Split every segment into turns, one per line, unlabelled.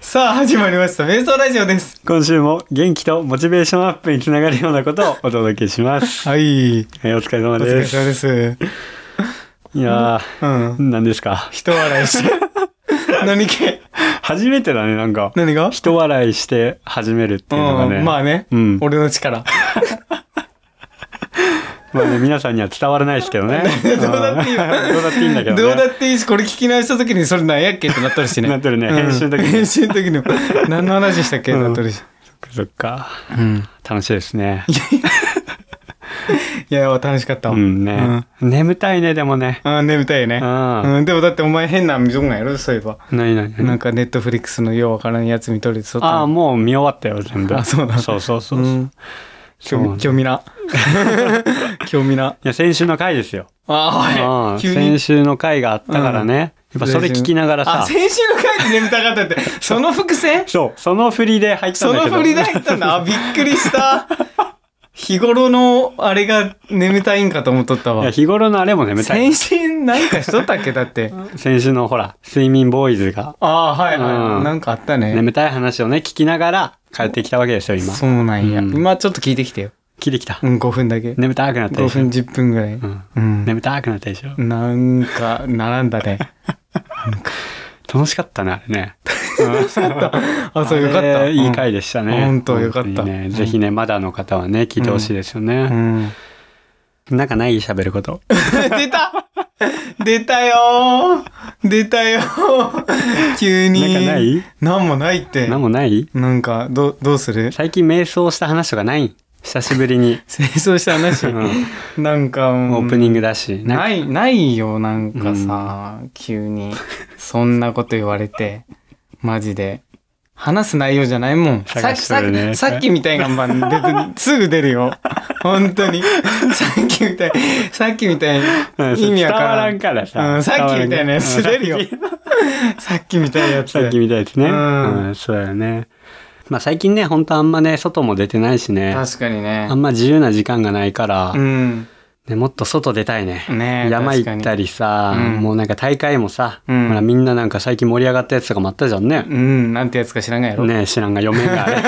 さあ始まりました瞑想ラジオです
今週も元気とモチベーションアップにつながるようなことをお届けし ます。
はい
はい、お疲れ様
お疲れ
です。
様です
いや
う
ー、
ん
何ですか。
人笑いして 何系
初めてだね、なんか。
何が
人笑いして始めるっていうのがね。
うんまあね、
うん
俺の力
まあね、皆さんには伝わらないです け どね。
どうだっていいよ
うんどうだっていいんだけどね。
どうだっていいしこれ聞き直した時にそれなんやっけってなっとるしね
なっとるね
うん
編集の時に
編集の時にも何の話したっけ、
うん
なっとるし
そっか。
うん
楽しいですね。
いや楽しかったわ
うんね、眠たいね、でもね。
あー眠たいよね
うん
うんでもだってお前変な見とんがやろそういえば
何何
な
何
んかネットフリックスのようわからんやつ見とれてそった
ああ、もう見終わったよ、全部。
あそうだ
そうそうそううそう。い
ん
そうな
興
んだ
味興味な興味な
や、先週の回ですよ。
あ
う
あ
ん
急
先
に
週の回があったからね、やっぱそれ聞きながら
あ
さ
先週の回で眠たかった ってその伏線
そうその振りで入ったん
そ
だけ
の振
ど
りで入ったんだあびっくりした日頃のあれが眠たいんかと思っとった
いや
わ
日頃のあれも眠たい
先週何かしとったっけだって
先週のほら睡眠ボーイズが
ああはいは
う
い
ん
なんかあったね
眠たい話をね聞きながら帰ってきたわけですよ今
そうなんや
うん
今ちょっと聞いてきてよ
聞いてきた、
うん5分だけ
眠たくなった
5
でしょ
分、10分ぐらい
うん
うん
眠たくなったでしょ
なんか並んだね
楽しかったねあれね
あそうよかっ
あ
た
れいい回でしたね、
うん本当よかった
本当にね
うん
ぜひねまだの方はね聞いてほしいですよ
う
ね、
ん
なんかない喋ること
出た出たよー出たよー急に。
なんかない
なんもないって。
何もない
なんか、ど、どうする
最近瞑想した話とかない久しぶりに
清掃した話。なんか、
オープ
ン
ニングだし、なんか
ない、ないよ、なんかさ、急に。そんなこと言われて。マジで。話す内容じゃないもん。さっ
探
き、
し
さ
と
っ
る
き、
ね
さっきみたいな看板出て、すぐ出るよ。本当 に。さっきみたい、さっきみたいに
うん
意味わからん。
伝わらんからさ。
うん、さっきみたいなやつ
伝わ
出
らん
るよ
うん。
さっきみたいなやつ。
さっきみたいですね。
う
うんん、そうだよね。まあ最近ね、本当あんまね、外も出てないしね。
確かにね
あ。んま自由な時間がないから、
うん。
ね、もっと外出たいね。
ねえ
山行ったりさ、
確かにうん
もうなんか大会もさ、
うん
ほらみんななんか最近盛り上がったやつとかもあったじゃんね。
うん、なんてやつか知らんがやろ。
ねえ知らんが、読めん があれ。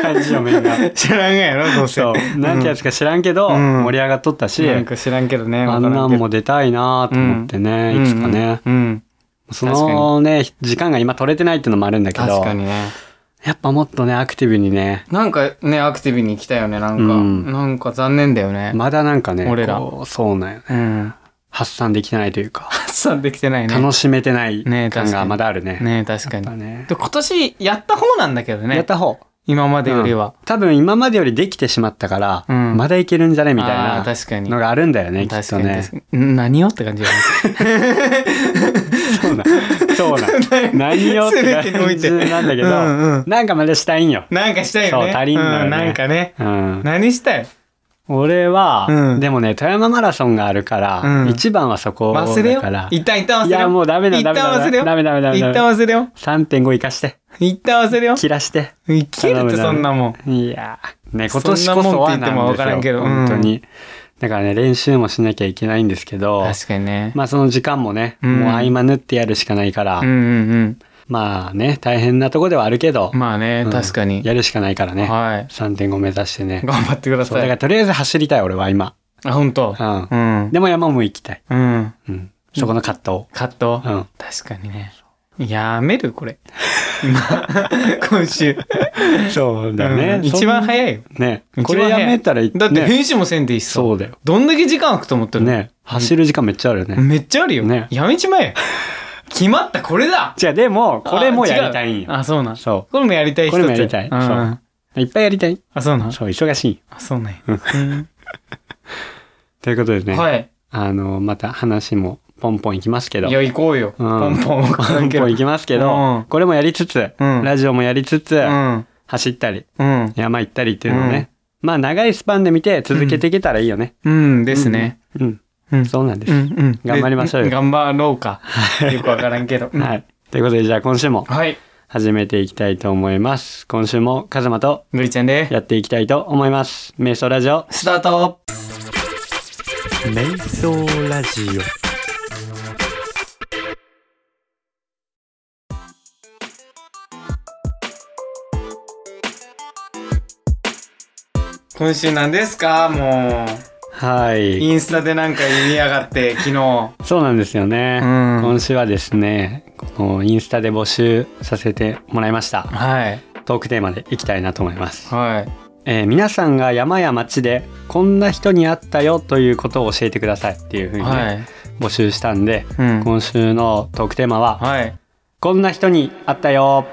漢字読めんが。
知らんがやろ、どうせ。
そう。なんてやつか知らんけど、
うん
盛り上がっとったし、
なんか知らんけどね。
あんなんも出たいなと思ってね、いつかね。
うん。うん
そのね、時間が今取れてないってのもあるんだけど、
確かにね。
やっぱもっとね、アクティブにね、
なんかね、アクティブに来たよね、なんか。
うん
なんか残念だよね。
まだなんかね、
俺ら
こうそうなんよね。
うん。
発散できてないというか、
発散できて ないね。
楽しめてない
ね
感
確か
が
に
まだあるね。
ね確か
やっぱ
に。
ね
で今年やった方なんだけど
やっ
ね。
た方。
今までよりは。
うん多分今までよりできてしまったから、
うん
まだいけるんじゃねみたい
あ
な
ー確かに
のがあるんだよね、きっ
確
と
かに
ね
確。かに。ん何をって感じが します。
そうなん。そ うなん。何をって
全てにお
感
いて
じなんだけど、
うんうん
なんかまだしたいんよ。
なんかしたいよね。
そう足りんのよね
うなんかね。
うん、
何したい
俺は、
うん
でもね、富山マラソンがあるから、
うん
一番はそこ
忘れよ
だから。。
一旦一旦忘れよ。
いやもうダメだ
一
ダメ
旦
だ
忘れよ。
ダメダメダメ
一
ダメ
旦忘れよ。
3.5生かして
一旦忘れよ。
切らして
切るってそんなもん。
いやーね
そんなも
今
ん
年こそは
って言っても
なん
わ
です
からん
よ
けどうん
本当にだからね練習もしなきゃいけないんですけど
確かにね。
まあその時間もね、
うん
もう合間縫ってやるしかないから、
うんうん
まあね大変なとこではあるけど、
うん。まあね、
うん
確かに。
やるしかないからね、
は
3.5目指してね
い。頑張ってくだ
そうだ
さ
から
い。
とりあえず走りたい俺は今、
あ、本当
う。ん
うん。
でも山も行きたい、
うん。
うん、そこの葛藤を
カット
うん
確かにね。やめるこれ。 今週。
そうだ
う
ね、
ん一番早いよ。
ね
一番早い
これやめたらい
だって
ね、
編集もせんでいいしさ。
そうだよ
どんだけ時間空くと思ってるの
ね走る時間めっちゃあるよね、
めっちゃあるよ。
ね
やめちまえ。決まった、これだ
じゃあでも、これもやりたいん
あ違う
よ。
あ、そうなん。
そ
これもやりたい人
これもやりたい
うんうん
う。いっぱいやりたい。
あ、そうなん。
そう、忙しい。
あ、そうなんや。
ということで
う
ね、
んはい。
あの、また話もポンポンいきますけど。
いや、行こうよ。
う
ポ
ん
ンポンわ
ポ
からん
ン
け
ポ
ど。
ンいきますけ
うん
ど、これもやりつつ、
うん
ラジオもやりつつ
う、ん。
走ったり、
うん。
山行ったりっていうのをね。まあ、長いスパンで見て続けていけたらいいよね。
うんですね。
うん。
うん。
そうなんで
う
す。
んうん。
頑張りましょうよ
で頑張ろうか。よくわからんけど。うん
はい。ということで、じゃあ今週も
はい。
始めていきたいと思います。今週も、カズマと
ぐりちゃんで。
やっていきたいと思います。瞑想ラジオ。
スタート
瞑想ラジオ。
今週なんですかも
は
う。
い。
インスタでなんか言いやがって、昨日。
そうなんですよね。
うん
今週はですね、このインスタで募集させてもらいました。
はい。
トークテーマでいきたいなと思います。
はい。
えー皆さんが山や町でこんな人に会ったよということを教えてくださいっていうふうにね、
はい。
募集したんで、
うん。
今週のトークテーマは、
はい。
こんな人に会ったよ。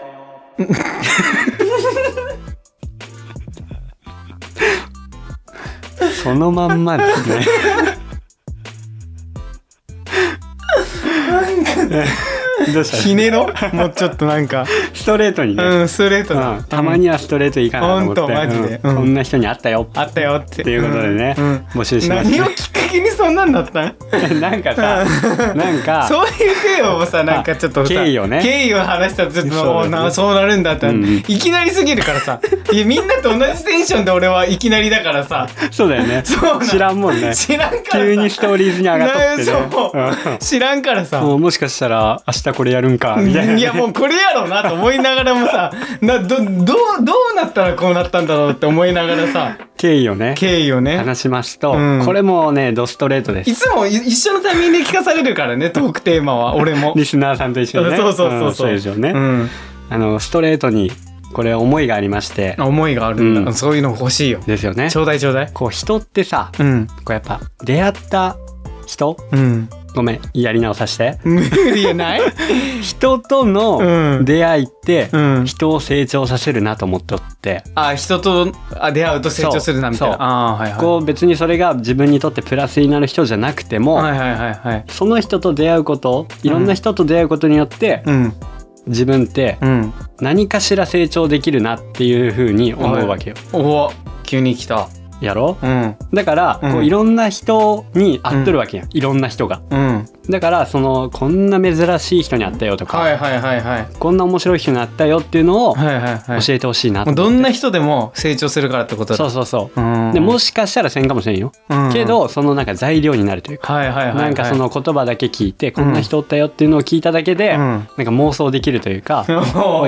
そのまんまですね。どうした
ひねろ もうちょっとなんか。
ストレートにね、
うん、ストレート
う
だ
んたまにはストレートいかなと思って、
ほんとマジで
うん
うん
こんな人に会ったよ
あったよって。
っていうことでね、
うんうん
募集しま
何を
し
きっかけにそんなんだったん
たなんかさなんか
そういう経をさなんかちょっとさ
経緯をね
経緯を話したらちょっと
そ
そ
うだよ
う,、
ね
なそうなるんだって、
うんうん
いきなりすぎるからさいやみんなと同じテンションで俺はいきなりだからさ
そうだよね
そうなん
知らんもんね
知らんからさ
急にストーリーズに上がっとってね
なそう、知らんから
うん
さ、
もうもしかしたら明日これやるんかみたいなね
いやもうこれやろうなと思いながらもさなどどうどうなったらこうなったんだろうって思いながらさ
経緯をね
経緯をね
話しますと、
うん
これもねドストレートで
い
す
つもい一緒のタイミングで聞かされるからねトークテーマは俺も。
リスナーさんと一緒にね
そうそうそうそうん
そうですよね、
うん、
あのストレートにこれ思いがありまして
思いがあるんだ、
うん
そういうの欲しいよ。
ですよね
ちょうだいちょうだい。
こう人ってさ
うん
こうやっぱ出会った人
うん。
ごめんやり直させて
無理やない
人と
う
の
ん
出会いって
うん。
人を成長させるなと思っとって、
あ、人とあ出会うと成長するなみたいな。
そう
ああ、はいはい。
こう別にそれが自分にとってプラスになる人じゃなくても、
はいはいはいはい。
その人と出会うこといろんな人と出会うことによって、
うん。
自分って
うん。
何かしら成長できるなっていうふうに思うわけよ。
おお、急に来た。
やろ
うん。
だから、
うん
こういろんな人に会っとるわけやん、いろんな人が。
うん。
だからそのこんな珍しい人に会ったよとか、
はいはいはいはい。
こんな面白い人に会ったよっていうのを
はいはいはい。
教えてほしいなと
もう
思って、
どんな人でも成長するからってことだ。
そうそうそう。
うん。
でもしかしたらせんかもしれんよ、
うん
け、どそのなんか材料になるというか、
はいはいはいはい。
なんかその言葉だけ聞いて、こんな人おったよっていうのを聞いただけで、
うん
なんか妄想できるというか、
お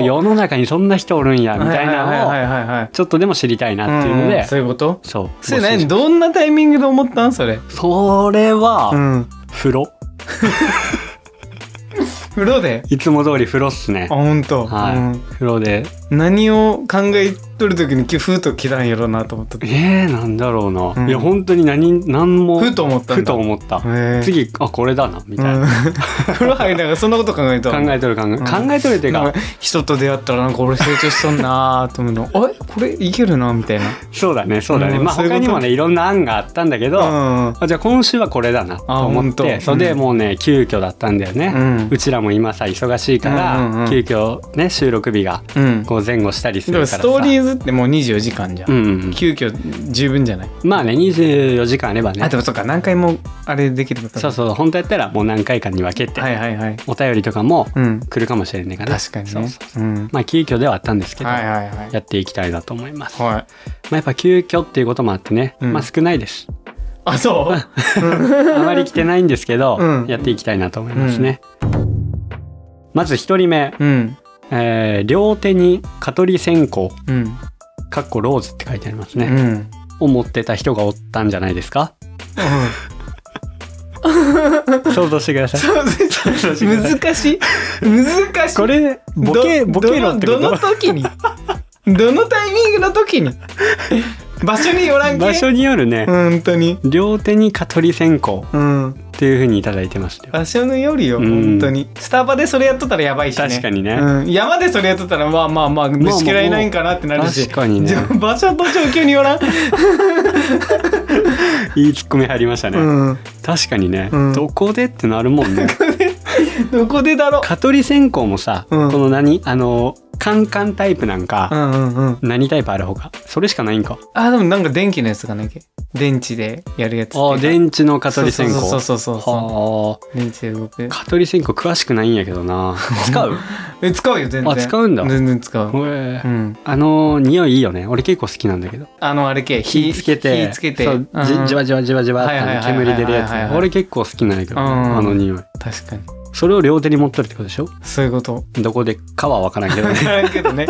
ー、
世の中にそんな人おるんやみた
は
い
いはい
なのを
はいはいはい。
ちょっとでも知りたいなっていうの
んん
で、
そういうこと
そう
それ
もう
何
し
どんなタイミングで思ったんそれ。
それ
う
は
ん。
風呂、
風呂で
いつも通り風呂っすね
あ、ほんと。
はい、
うん
風呂で
何を考えとる時にきふと来たんやろうなと思った
えー、なんだろうな、
うん
いや本当に何何も
ふと思ったんだ
ふと思った、
へー
次あこれだなみたいな、
う ん風呂入りながらそんなこと考えた
考えとる考え、
ん
考えとるっていう
なん
か
か人と出会ったらなんか俺成長しとんなーと思 うのあれこれいけるなみたいな
そうだねそうだね、
うん
まあ
そういうこ
他
と
にもねいろんな案があったんだけど、
うん
あじゃあ今週はこれだなと思
あ
って
本当
それでもうね急遽だったんだよね、
う
うんちらも今さ忙しいから、
うんうんうん
急遽ね収録日が
うん
こう前後したりす
で
るか
も
らさ
ストーリーズってもう24時間じゃん、
うんうん
急遽十分じゃない、
まあね24時間あればね
あでもそうか何回もあれできること
そうそう本当やったらもう何回かに分けて、
はいはいはい
お便りとかも
うん
来るかもしれないから、
確かにね
そうそう
うん
まあ急遽ではあったんですけど、
はいはいはい
やっていきたいなと思います、
はい
まあ、やっぱ急遽っていうこともあってね、
うん
まあ少ないです
あそう
あまり来てないんですけど、
うん
やっていきたいなと思いますね。まず一人目、
うん
えー両手に蚊取り線香
うん
かっこローズって書いてあります
う
ね、
ん
を持ってた人がおったんじゃないです か想像してください想像してくださ
難
い
しい難しい
これボケ
ど
ボケろってこ
どのどの
と
時にどのタイミングの時に場所によらんけ
場所によるね、
本当に
両手に蚊取り線香っ
うん
ていうふうにいただい てますよ
場所によるよ
うん
本当にスタバでそれやっとったらやばいしね
確かにね
うん、山でそれやっとったらまあまあまあ虫嫌いないんかなってなるし、
確かにね
じゃあ場所と状況によらん、
いいツッコミ入りましたね、
うん、
確かにね、
うん
どこでってなるも んね
どこでだろ
蚊取り線香もさ、
うん
この何あのカンカンタイプなんか
う、うんうんうん
何タイプあるほかそれしかないんか
あでもなんか電気のやつがね電池でやるやつっていう
あ
か
あ電池の蚊取り線香
そうそうそうそうそ
はあ
う電池で動く
蚊取り線香詳しくないんやけどな使 う
え 使うよ全然
あ使うんだ
全然使う、
へ
う
え
ん、
あの匂いいいよね俺結構好きなんだけど
あのあれ系
火つけて
火つけて
そう
うん
じじわじわじわじわってあの
はいはいはいはいはい
煙出るやつ
はいはいはい
俺結構好きなんやけどね
うん
あの匂い
確かに
それを両手に持っとるってことでしょ
そういうこと。
どこでかは分からんけど
わ
ね
からんけどね。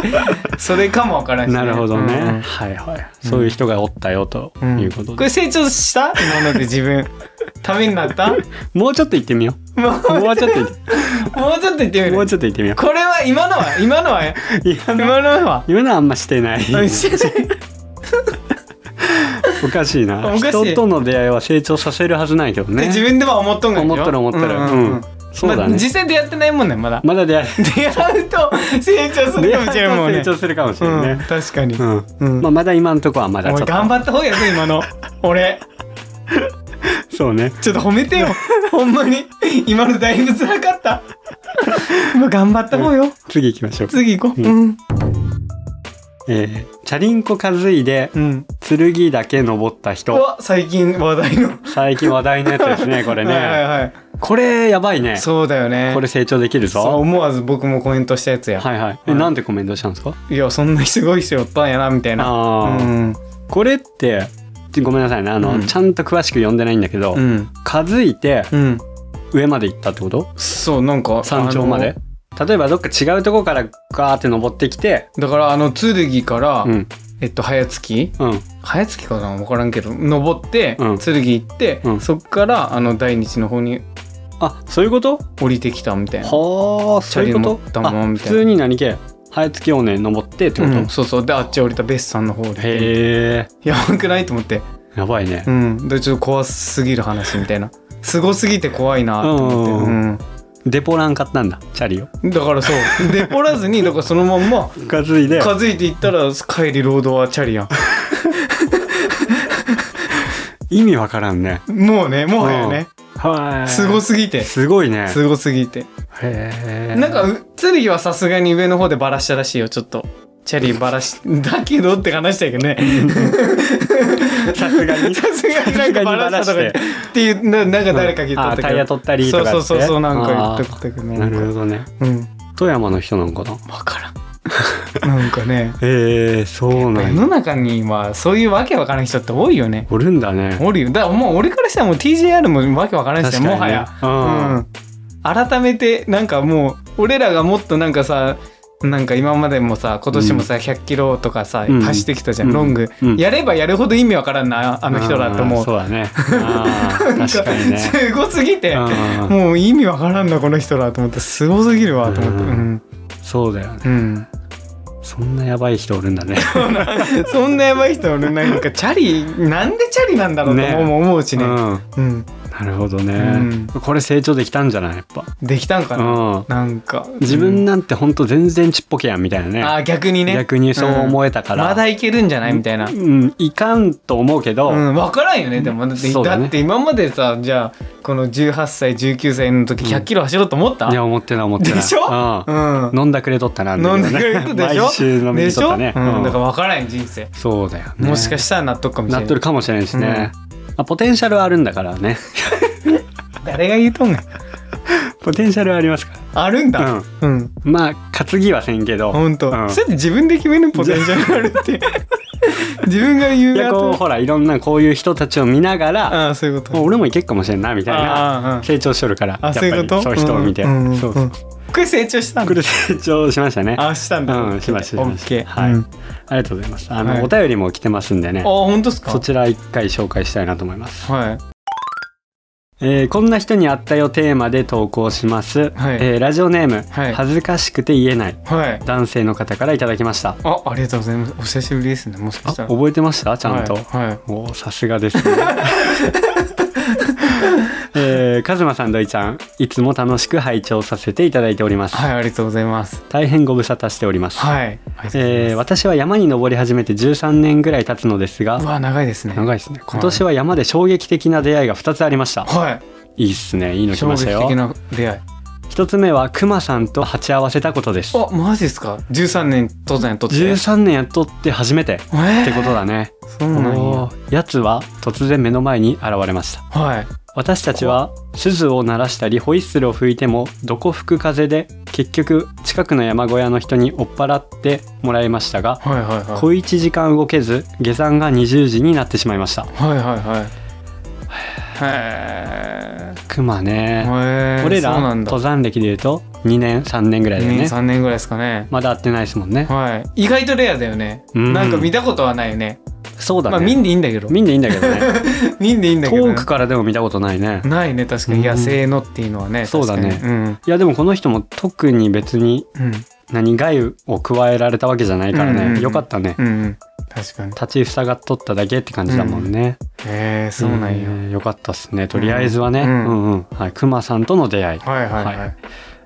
それかもわからんし、
なるほどね、
うんうん
はいはいそういう人がおったよと
うん
いうこと
こ
で、
れ成長した今ので自分。ためになったもう、
もうちょっと行ってみよ
も
うもうちょっと行
うちょ
っ
っと言ってみ
てもう
る。
ちょっと行ってみよ
これは、今のは、今のは、
ういや
今のは。
今のはあんましてないおかしいな
おかしい
人との出会いは成長させるはずないけどね
自分でも思っとんが
思っとる思っとるうんそうだ
まあ
ね、
実際出会ってないもんね、ま だ。
まだ 出会い
出会うと成長する
出
かもし
会
れ
い
んも
は
んね
成。長するかもしれな
う
い
ん、
ね、
確かに。
うん
うん
まあ、まだ今のとこはまだちょ
お
っ
い
と
頑張った方がやぞ今の俺
そうね
ちょっと褒めて よほんまに今のだいぶ辛かった今頑張った方よ
次行きましょう、
次行こう
う
うん
えーチャリンコ担いで
うん
剣だけ登った
う
人
わ最近話題の
最近話題のやつですねこれね
はいはいはい
これやばいね
そうだよね
これ成長できる
そう
ぞ
思わず僕もコメントしたやつや、
はいはい、え
はい
なんでコメントしたんですか
い、やそんなすごい人おったんやなみたいなう
あー
ん
これってちごめんなさいねあの、
うん
ちゃんと詳しく読んでないんだけど、
うん
数いて
うん
上まで行ったってこと
そうなんか
山頂まで例えばどっか違うとこからガーって登ってきて
あのだからあの剣から、
うん
えっと早月
うん
早月かな分からんけど登って、
うん
剣行って、
うん
そっからあの大日の方に
あそういうこと
降りてきたみたいな。
はあそういう
チャリ
こ
持った
と
まま
あ
み
普
たいな
通に何系早月尾根登ってって
う
こと、
ん、そうそうであっち降りたベスさんの方で
へえ
やばくないと思って
やばいね
うんでちょっと怖すぎる話みたい なすごすぎて怖いなと思って、
う
うんん
デポラン買ったんだチャリを
だからそうでおらず にだからそのまんま
担いで
担いでいったら帰りロードはチャリや
意味わからんね
んもうねもはやね
は
すご
す
すぎて
すごいね
すごすぎて
へえ
なんかう剣はさすがに上の方でバラしたらしいよちょっとチャリバラしだけどって話したけどね
さすがに
さすがになんかバラしたとか
さ
っていうななんか 誰か聞いとった
あ
けど、
タイヤ取ったりとかって
そうそうそうそうなんか言っとったけど
あーなる
ん
ほ
か
どね
うん分
富山の人なんかな
からんなんかね
へえそう な
世
んや
の中にはそういうわけわからん人って多いよね
おるんだね
おるよだからもう俺からしたらもう TJR もわけわからんし、
確かにね
もはや
う
うんん改めてなんかもう俺らがもっとなんかさなんか今までもさ今年もさ、100キロとかさ
うん
走ってきたじゃん、
うん
ロング、
うん
やればやるほど意味わからんなあの人らと
あ
思
ー
う
そうだね あー
なん
確かに ね
すごすぎて、
うん
もう意味わからんなこの人らと思ってすごすぎるわと思って
う
うんん、
そうだよね
うん、
そんなやばい人おるんだね
そんなやばい人俺なんかチャリなんでチャリなんだろうと
ね
思う,、思うし
うん
ね、
な
うん、
るほど
うん
ねこれ成長できたんじゃないやっぱ
できたんかな、
うん
なんか
自分なんてほんと全然ちっぽけやんみたいな
あ
ね
ー逆にね
逆にそう思えたから
うんまだいけるんじゃないみたいな、
うんいかんと思うけど
うん、分からんよねでもだって
そうだ
だ,、
ね
って今までさじゃあこの18歳19歳の時
うん
1 0 0キロ走ろうと思った、う
い
ん
や思ってない思ってない
でしょ
うん飲んだくれとったな
飲んでくれるでしょ
毎週飲み
で
に
し
とっ
ょ、
たね
うん、だから
うん
分からんよ人生、
そうだよね
もしかしたら納得かもしれ
な
な
っ
い
とるかもしれんしねあポテンシャルはあるんだからね
誰が言うとんねん
ポテンシャルはありますか
あるん
ら
だ
うん
うん、
まあ担ぎはせんけど
ほんと、
うん
それって自分で決めるポテンシャルがある って自分が言う
いや
や
こう
つ
ほらいろんなこういう人たちを見ながら
ああそういうこと
もう俺もいけっかもしれんなみたいな
ああああ
成長しとるからや
あ
っぱ
そういうこ
り
と
そういう人を見て
んんんん
そうそう
これ成長 したん
こ
だ
れ成長しましたね
あしたんだ
うんしましたしました
OK
はい
うん
ありがとうございますあの、
はい
お便りも来てますんでね
あ本当ですか
そちら一回紹介したいなと思います
はい
えーこんな人に会ったよテーマで投稿します、
はい
えーラジオネーム、
はい
恥ずかしくて言えない
はい
男性の方からいただきました
あありがとうございますお久しぶりですねもしか
あ
したら
覚えてましたちゃんと、
はい、はい
もうさす がですねえー、カズマさん、ドイちゃん、いつも楽しく拝聴させていただいております。
はいありがとうございます
大変ご無沙汰しております。
はいありがとうござい
えー
ます
私は山に登り始めて13年ぐらい経つのです
う
が、
わ長いですね
長いですね。今年は山で衝撃的な出会いが2つありました。
はい
いいっすね。いいの来
衝
ま
撃
したよ
的。な出会い
一つ目はクマさんと鉢合わせたことです
あマジですか13年登山やっとって
13年やっとって初めてっ
えー
てことだね、
そうなんや
おーやつは突然目の前に現れました
はい
私たちは鈴を鳴らしたりホイッスルを吹いてもどこ吹く風で結局近くの山小屋の人に追っ払ってもらいましたが
はいはいはい
小1時間動けず下山が20時になってしまいました
はいはいはい。へ
熊
え。
ね、
へえ。
俺
そ
ら
うなんだ。
登山歴でいうと2年3年ぐらいだよ
2
ね
年3年ぐらいですかね。
まだ会ってないですもんね
はい。意外とレアだよね。
うん
なんか見たことはないよね。
そうだね、
まあ見んで いいんだけど。
見んでいいんだけどね
見んでいいんだけどね。
遠くからでも見たことないね
ないね確か
うん
に野生のっていうのはね、
そうだね
確かに
いやでもこの人も特に別に
うん
何害を加えられたわけじゃないから
う
ね、
んうんうん
よかったね、
うんうん確かに
立ち塞がっとっただけって感じだもんね、
へえそうなん
え
よ、
ーよかったっすねとりあえずはね、う
うんん
うんはい、熊さんとの出会い、
はいはいはい、
はい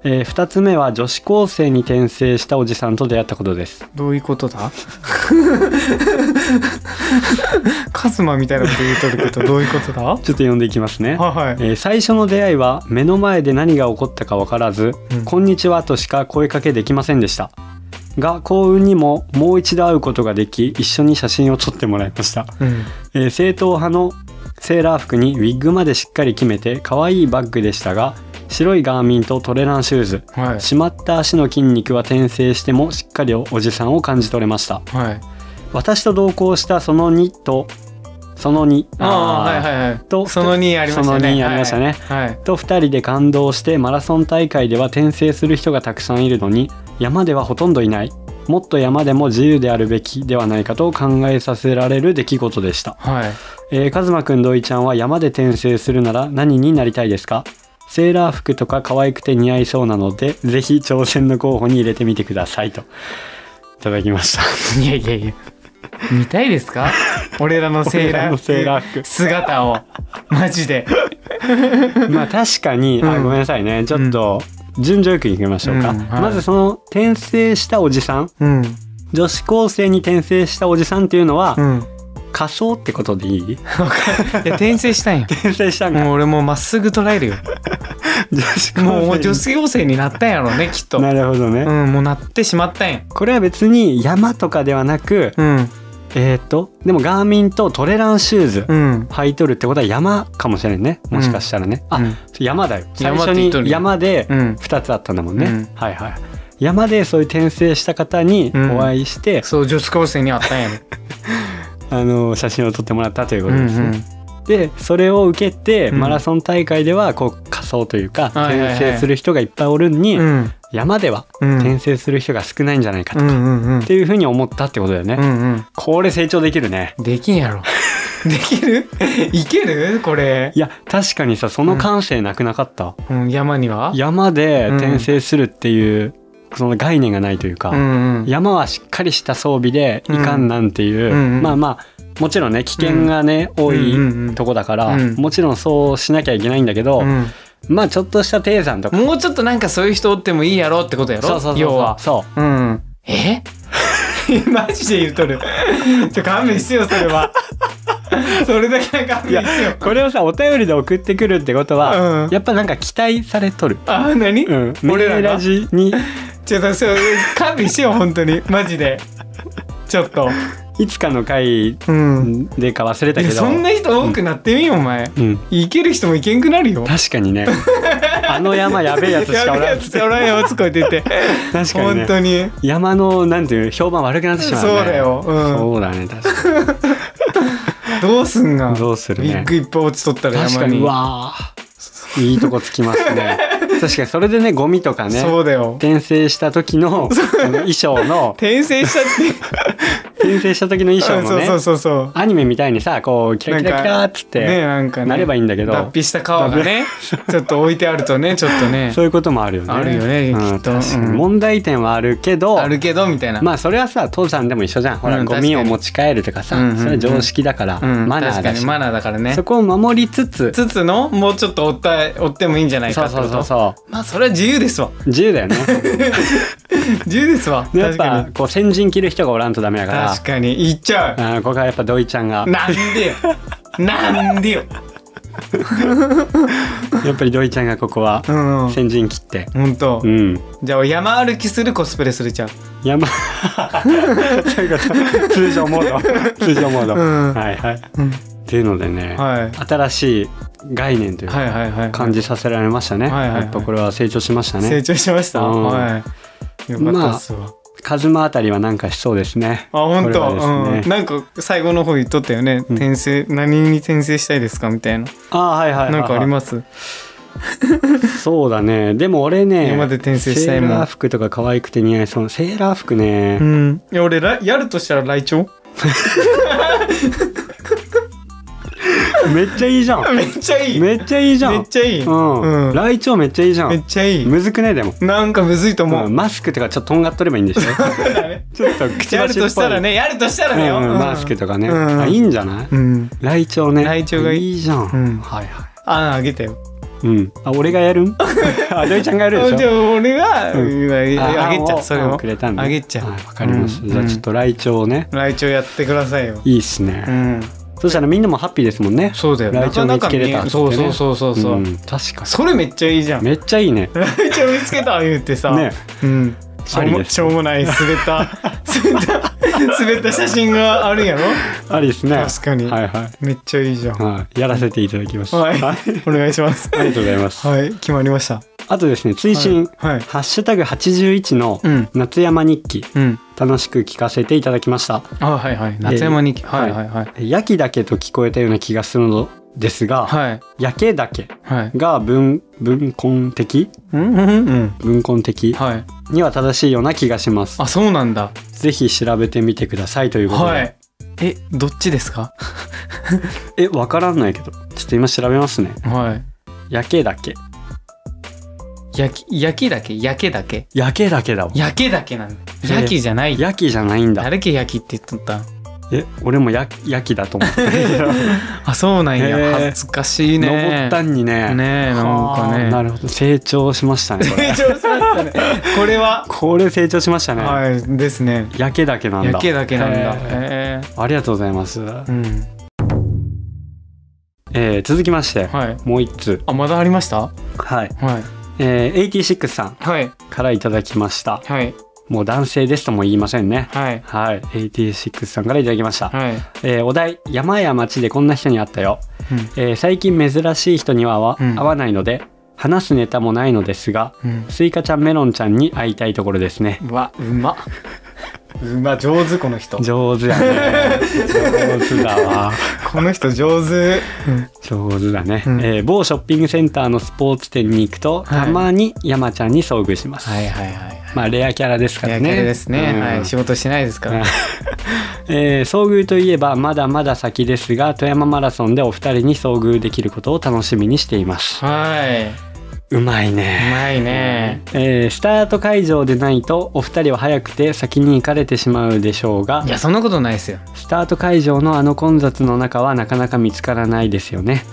え2つ目は女子高生に転生したおじさんと出会ったことです
どういうことだ カズマみたいなこと言うとるけどどういうこと だは
ちょっと読んでいきますね
い、はい
えー最初の出会いは目の前で何が起こったか分からず「
うん
こんにちは」としか声かけできませんでしたが幸運にももう一度会うことができ一緒に写真を撮ってもらいました、
うん
えー正統派のセーラー服にウィッグまでしっかり決めて可愛いバッグでしたが白いガーミンとトレランシューズ
はい
締まった足の筋肉は転生してもしっかりおじさんを感じ取れました
はい
私と同行したその2とその2
ああーはいはいはい
と
その2ありましたね
その2ありましたね
はい、はい
と2人で感動してマラソン大会では転生する人がたくさんいるのに山ではほとんどいないもっと山でも自由であるべきではないかと考えさせられる出来事でした、
はい
えー、カズマくん土井ちゃんは山で転生するなら何になりたいですかセーラー服とか可愛くて似合いそうなのでぜひ挑戦の候補に入れてみてくださいといただきました
いやいやいや見たいです か俺らのセー
俺ら
ラ
の
ー
セーラー服
姿をマジで
まあ確かに、あ
うん
ごめんなさいねちょっと順序よくいきましょうか、
うんはい
まずその転生したおじさん
うん
女子高生に転生したおじさんっていうのは、
うん
仮想ってことでいい
いや転生したんよ
転生したんか
もう俺もうまっすぐ捉え るよ。
女子高生に
もう女子高生になったんやろね、きっと。
なるほどね、
うん、もうなってしまったんや。
これは別に山とかではなく、
うん、
えーっとでもガーミンとトレランシューズ
うん。
履いとるってことは山かもしれんねもしかしたらね、あ
うん
山だよ最
山っ
初
て言っとる
に
よ
山で
うん。
2つあったんだもんね、
うん
はいはい山でそういう転生した方にお会いして、
そう、女子高生にあったんやろ。
あの写真を撮ってもらったというこ
う
と
ん、う
ですね、
ん。
でそれを受けて、
うん
マラソン大会ではこう仮想というか
は
転
いはいはい
生する人がいっぱいおるのに、
うん。
山では
うん。
転生する人が少ないんじゃないかと、
う
っ
ん、うん、うん。
ていうふうに思ったってことだよね、
うん、
これ成長できるね
うん。できんやろ。 できるいけるこれ。
いや確かにさその感性なくなかった、
うん、山には
山で転生するっていう、その概念がないというか、
うん、うん。
山はしっかりした装備でいかんなんていう、
うんうん
まあまあもちろんね危険がね、多
うん
い
うんうん
とこだから、
うん
もちろんそうしなきゃいけないんだけど、
うん
まあちょっとした低山とか
もうちょっとなんかそういう人おってもいいやろってことやろ
そうそうそうそう
要は。
そ
うん。え マジで言うとる。ちょ、勘弁してよ、それは。 それだけは勘弁してよ
う。これをさお便りで送ってくるってことは、
うん
やっぱなんか期待されとる、
あ、なに
うん、
俺ら
メール
が
ラジに
ちょっと、それ勘弁してよ、本当に。マジで。ちょっと。
いつかの回
うん。
でか忘れた
い
け
や
ど
そんな人多くなってみよ、お前。
うん、
いける人もいけんくなるよ。
確か にねあの山やべえやつし
や
かお
べえ
ら
や
ん
つしかおらんよ、つこえて言って。
確かに
本
ね
当に。
山のなんていう評判悪くなってしまうね
そうだようん
そうだね確か
どうすんが。
にどうする
ビッ
ね
グいっぱい落ちとったら
確か
山
に
に。
うわあいいとこつきます ね確かにそれでねゴミとかね
そうだよ。
転生した時のあの衣装の
転生したっ
転生した時 の衣
て。
装
うん
も
そう
ね
そうそうそう。
アニメみたいにさこうキラキラキラーっつって、
ねなんかね
なればいいんだけど
脱皮した顔が ねちょっと置いてあるとねちょっとね
そういうこともあるよね
あるよね
う
き
ん
っと
確かに
うん
問題点はあるけど
あるけどみたいな、
まあそれはさ登山でも一緒じゃんほら、
うん
ゴミを持ち帰るとかさ、
確かに
それは常識だから、
うん、
マナー
確か
だ
に
し、
マナーだからね
そこを守りつつ
つつのもうちょっと追った追ってもいいんじゃない
そ
か
う
ってこ
そ
と
うそうそ
まあそれは自由ですわ
う自由だよね
自由ですわ
でやっ
確か
ぱ
に
こう先陣切る人がおらんとダメだから
確かに行っちゃう
あのここはやっぱ土井ちゃんが
なん でよなんでよ
やっぱり土井ちゃんがここは
うん
先陣切って、
本当、
うん、
じゃあ山歩きするコスプレするじゃん
山そういうこと通常モード通常モード、
うん
はいはい、
うん
っていうのでね、
はい
新しい概念というか
はいはいはい
感じさせられましたね、
はいはいはい
やっぱこれは成長しましたね、
成長しました、
うん
はいよかったっすわ、
カズマあたりはなんかしそうですね。
あ本当、
これはです
うん、
ね
なんか最後の方言っとったよね、
うん
転生何に転生したいですかみたいな、
ああはいはいはいはい。
なんかあります
す。そうだね。でも俺ね、
今まで転生したいもん
セーラー服とか可愛くて似合いそうな。セーラー服ね。
うんいや俺らやるとしたらライチョウ
めっちゃいいじゃん。
めっちゃいいめっ
めっちゃいいじゃん。
ちゃいい、
うん。
うん
ライチョウめっちゃいいじゃ
めっ
ん。
ちゃいい
むずくねでも。
なんかむずいと思う、
うんマスクとかちょっととんがっとればいいんでしょちょっと口
や
ばしっ
る
ぽい
としたらねやるとしたら
うん
ねよ、
うん
うん
マスクとかね、
うん
あいいんじゃない
うん
ライチョウね
ライチョウがいい
いじゃん、
うん
はいは
ああげたよ
いうんあ俺がやるん あ土井ちゃんがやるでしょ
じゃあ俺が、
う
うんあげちゃうそれ
を
を
くれたんだ
あげちゃう
はいわかります、
うん
じゃあちょっとライチョウね
ライチョウやってくださいよ、
いいっす
う
ね、
ん、
そしたらみんなもハッピーですもんね
そうだよ
ライチョウ見つけれたっつってね
なかなか見えそうそうそうそうそう、
ん確か
それめっちゃいいじゃん
にめっちゃい いね
ライチョウ見つけた言うてさ、
ね
うん、しょ
あ
う
り
も
です
しょうもない滑った滑った滑った写真があるんやろ
ありですね
確かに
はいは
めっちゃいいじゃん
い、
は
はい、やらせていただきます
い、
あ
お願いします
りがとうございます、
はい決まりました
あとですね追伸、
はい、はい、
ハッシュタグ81の
うん
夏山日記、
うん
楽しく聞かせていただきました。
あはいはい夏山に、はいはいはい
やきだけと聞こえたような気がするのですが、
はい
やけだけ
はい
が文、文根的
うんうんうん
文根的
はい
には正しいような気がします。
あそうなんだ
ぜひ調べてみてくださいということで。
はいえどっちですか
え、わからんないけど。ちょっと今調べますね。
は
やけだけ。
い焼き焼きだけ焼けだけ
やけだけだわ。
焼けだけなんだ
いや
焼きじゃない
やきじゃないんだ。
誰け焼きって言っとった
え、俺もや、やきだと思って たけど。
あそうなんや、
へー
恥ずかしいね
登ったんにね。
ねえなんか
はあ
ね
なるほど。成長しましたね、これ。
成長しましたねこれは
これ成長しましたね。
はいですね
やけだけなんだ。
焼けだけなんだ
へ
へ
ーありがとうございます。
えうん
えー続きまして、
はい
もう一通。
あまだありました
はい。
はい
えー、86さん
はい
からいただきました。
はい
もう男性ですとも言いませんね。
はい
はい。86さんからいただきました。
はい
えーお題、山や町でこんな人に会ったよ。
うん
えー最近珍しい人にはわ
うん
会わないので、話すネタもないのですが、
うん
スイカちゃんメロンちゃんに会いたいところですね。
うわうまうま上手この人
上手 やね。上手だわ。
この人上手
上手だね、
うん
えー某ショッピングセンターのスポーツ店に行くと、
はい
たまに山ちゃんに遭遇します、
はいはいはい
まあレアキャラですから
や
ね
けれですね、
うん
はい仕事しないですから、
えー遭遇といえばまだまだ先ですが富山マラソンでお二人に遭遇できることを楽しみにしています
はいう
まいうね
まいね
えースタート会場でないとお二人は早くて先に行かれてしまうでしょうが
いやそんなことないですよ
スタート会場のあの混雑の中はなかなか見つからないですよね。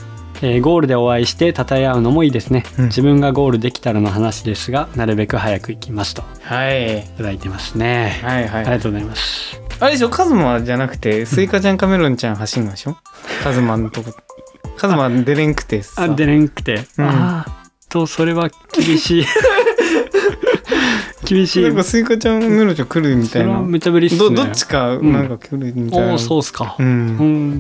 えーゴールでお会いして称え合うのもいいですね、
うん
自分がゴールできたらの話ですが、なるべく早く行きますとい
はい
ただいてますね。
はいは
あ
い
りがとうございます。
あれでしょカズマじゃなくてスイカちゃんカメロンちゃん走るのでしょカズマのとこカズマ出れんくてさ
あ、出れんくて。
うん
ああ、と、それは厳し い。厳しい
なん。かスイカちゃんカメロンちゃん来るみ
そ
た
れ
い
は
な
めちゃぶりっすね。
どどっちか
うん
なんか来るみたいな、
おお、そうっすか。
うん
う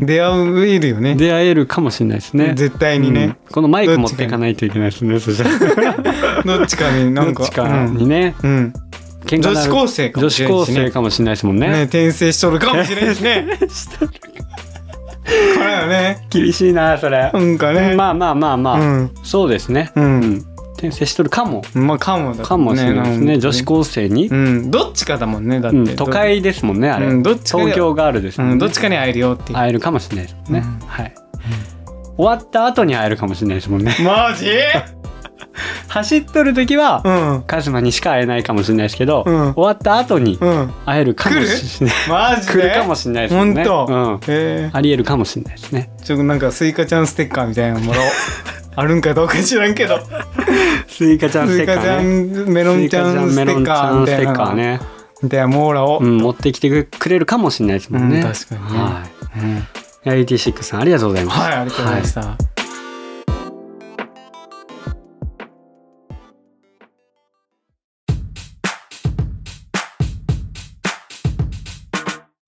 ん
出会えるよね
出会えるかもしれないですね。
絶対にね、
うんこのマイク持っていかないといけないですね。そしたら
どっちかにな
ど
ん
っ
か
ちかにね、
うんうん
喧嘩
女
な
子
る
高生かも
女
しれん
子高
しね
生かもしれないですもんね
ね転生しとるかもしれんし ねこれよね
厳しいなそれ
な、んかね
まあまあまあまあ、
うん
そうですね、
う、
うん転生しとるかも
まあかもだ
かもしれないですね
なんか
女子高生に、
うんどっちかだもんねだっ
う
て、
ん都会ですもんねあれ、
うんどっちかで
東京ガールですもんね、
うん、どっちかに会えるよっていう
会えるかもしれないですもんね、
うん
はい、終わった後に会えるかもしれないですもんね
マジ
走っとる時は、
うん
カズマにしか会えないかもしれないですけど、
うん
終わった後に
うん
会えるかもしれない
マジで
来るかもしれないですもんね
ほんと
うん
え
ありえるかもしれないですね
ー、ちょっとなんかスイカちゃんステッカーみたいなのも らおうあるんかどうか知らんけど
スイカちゃんス
ス
テ
イ
ッカ
カちゃ
ーね
んメロンちゃんステッカーみたいなの
ね
みたいなもらおう、
うん、持ってきてくれるかもしれないですもんね。
うん確かにね
は
うん
い。86さん、ありがとうございます。
はいありがとうございました、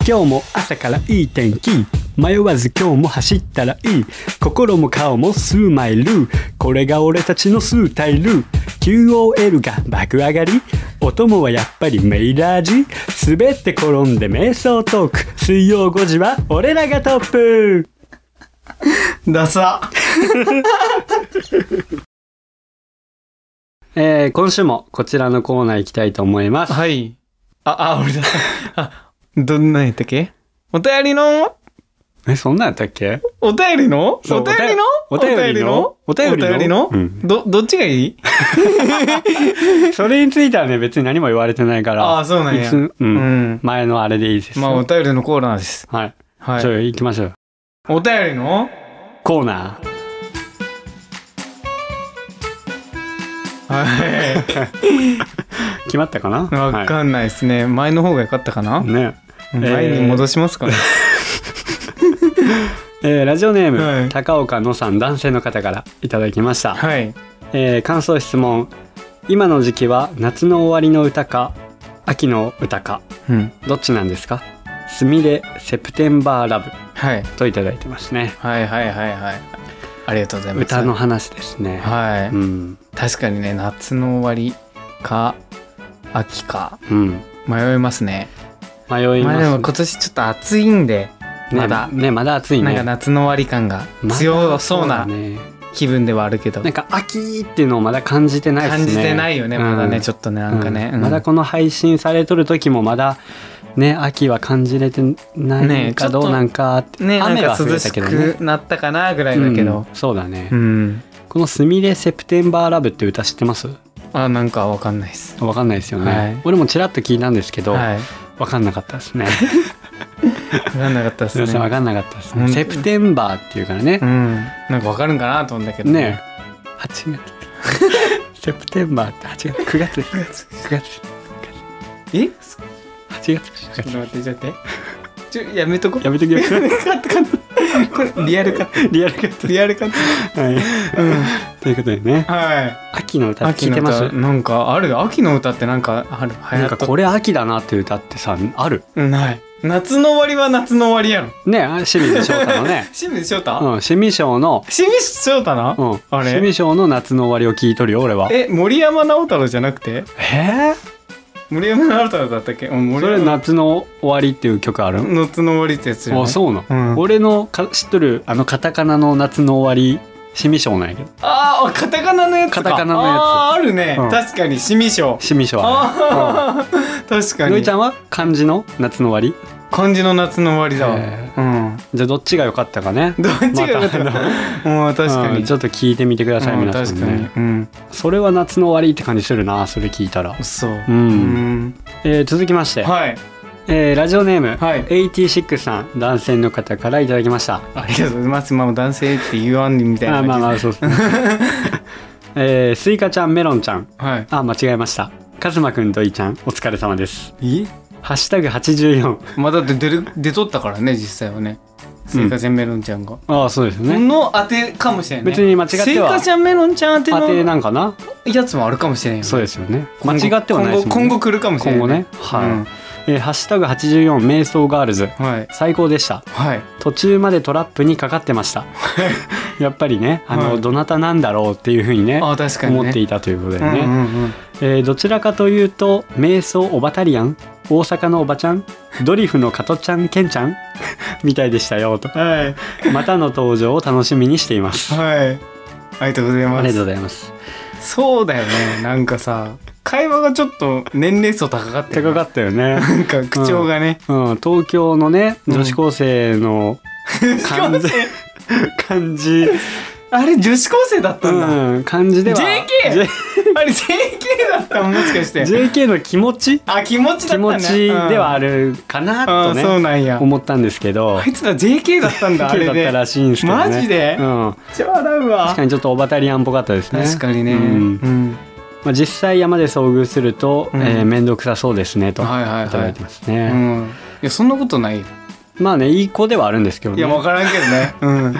今日も朝からいい天気。迷わず今日も走ったらいい。心も顔も数マイル。これが俺たちのスータイル。 QOL が爆上がりお供はやっぱりメイラージ滑って転んで瞑想トーク水曜5時は俺らがトップ
ダサ
えー、今週もこちらのコーナー行きたいと思います。
はい。あ、あ、俺だ。あ、どんなんやったっけお便りの
え、そんなんやったっ け
お便りの
そう
お便りの
お便りの
お便りの
お便りの
お便り
うん
ど、どっちがいい
それについてはね、別に何も言われてないから。
ああ、そうなん
い
や。
つう。
うんん。
前のあれでいいです。
まあ、お便りのコーナーです。
はい。
は
ちょ、
い。
行きましょう。
お便りの
コーナー。
はい。
決まったかな
わかんないですね。前の方が良かったかな
はい、ね。
前に戻しますかね。
えーラジオネーム、
はい
高岡のさん男性の方からいただきました。
はい。
えー感想質問。今の時期は夏の終わりの歌か、秋の歌か、
うん。
どっちなんですかすみれ、セプテンバーラブ
はい。
といただいてますね。
はいはいはいはい。ありがとうございます。
歌の。話ですね。
は
うん。
い。確かにね、夏の終わりか、秋か、
うん。
迷いますね。
迷い
まあ
ます
でも今年ちょっと暑いんで、
ね
まだ、
ねまだ暑い
なん
ね
か夏の終わり感が強そう
まだ
な
だね
気分ではあるけど
な、んか秋っていうのをまだ感じてないですね
感じてないよね、まだ
う
ね、
ん
ちょっとね、なんかね。う
う
んん
まだこの配信されとる時もまだね秋は感じれてない
ねちょ
か
っと
どうなんかって、
ね、なん
雨は
か
降
涼
った
し
けどね
くなったかなぐらいだけど
う。んそうだね、
うん。
この「すみれセプテンバーラブ」って歌知ってます
あ、なんかわかんないです。
わかんないですよね、
はい
俺もちらっと聞いたんですけど、
はい。
わかんなかっ たですね
わかんなかったですす
い
ね
ま。せんわかんなかったです
う
ね
ん
セプテンバーっていうからね
う、ん。なんかわかるんかなと思うんだけど。
ねえ8月 セプテンバーって8月9月です9月
え
8月
ちょっと待って、ちょっと待って。ちょ、やめとこ。
やめときよ
カットカット。これ、 リアルカッ
リアルカッ
ト。リアルカット。
ト、はい、ということでね
はい。
秋の歌聞い
の
てます
歌、なんかある。秋の歌ってなんかある。流行
なん
っ
か
と
これ秋だなっていう歌ってさある
ない。夏の終わりは夏の終わりやろ。
ねあ清水翔太 のね
清水翔太
うん清水翔の
清水翔太な
うん
あれ
清水翔の夏の終わりを聞いとるよ俺はえ
え、森山直太朗じゃなくて
え
森山直太朗だったっけうん
そ
森
れ
山
夏の終わりっていう曲ある
夏の終わりってやつじゃない
あそうなの、
うん
俺のか知っとるあのカタカナの夏の終わり清水翔なんやけど
あーあ、カタカナのやつか。
カタカナのやつ
あーあるね。
うん
確かに、清水翔。
清水翔はね
あー確
う
か
んのい
に
ち。ゃんは漢字の夏の終わ
漢字の夏の終わりだわ。
へ
うん。
りじゃあどっちが良かったかね
どっちが良かった
また
もう確か
うん
に。
ちょっと聞いてみてください
うん
皆さ
確
ん
かに
ね。
うん。
それは夏の終わりって感じするなそれ聞いたら、
そう。
う
うんん。
えー続きまして、
はい。
えーラジオネーム、
はい
86さん男性の方からいただきました
ありがとうございます。まあ男性って言わんみたいな。
あまあまあそ うですね、えースイカちゃんメロンちゃん
あ。はい。
あ間違えましたカズマくんといちゃんお疲れ様です
え
ハッシュタグ84
まあだって出る出とったからね実際はね。スイカちゃんメロンちゃんが。
ああそうですよね
の当てかもしれないね。
別に間違っては
スイカちゃんメロンちゃん当て
当て
の
なんかな
やつもあるかもしれんよね。
そうですよね間違ってはないですも
今後今
ん
後来るかもしれない。
今後ねはい、えーハッシュタグ84瞑想ガールズ
うん。はい。
最高でした
はい。
途中までトラップにかかってました やっぱりねあの、
はい
どなたなんだろうっていうふうにね
あ確かにね。
思っていたということでね、
うんうんうん
えーどちらかというと瞑想おばたりやん大阪のおばちゃんドリフの加トちゃんケン ちゃんみたいでしたよと
はい。
またの登場を楽しみにして いますあ
はい。ありがとうござい
り
ま
がとう
す。
ございます
そうだよね。なんかさ、会話がちょっと年齢層高かったよ
高
ね
かったよね、
なんか口調がね。
うん、東京のね
うん
女子高生の完全 感じ、
あれ女子高生だったんだ。
うん、感じでは
JK あれ JK だったもしか して。
J- JK の気持ち
あ、気持ちだった
気
ね。
持ちではあ
る。
るかな
あ
と
あ、
ね、
そうなんや。
思ったんですけど
あいつら JK だったんだ、あ
JK
れ
だっ
で。
た
めっ
らしいんですけどね
マジで
うん、
ちゃ笑うわ
確。かにちょっとオバタリアンっぽかったですね
確かにね。
う
うんん。
まあ、実際山で遭遇すると、
うん
えー面倒くさそうですねとい
はいはいはい
ただいてますね、
うん。いや、そんなことないよ。
まあねいい子ではあるんですけど
い
ね
や、わからんけどね。うん。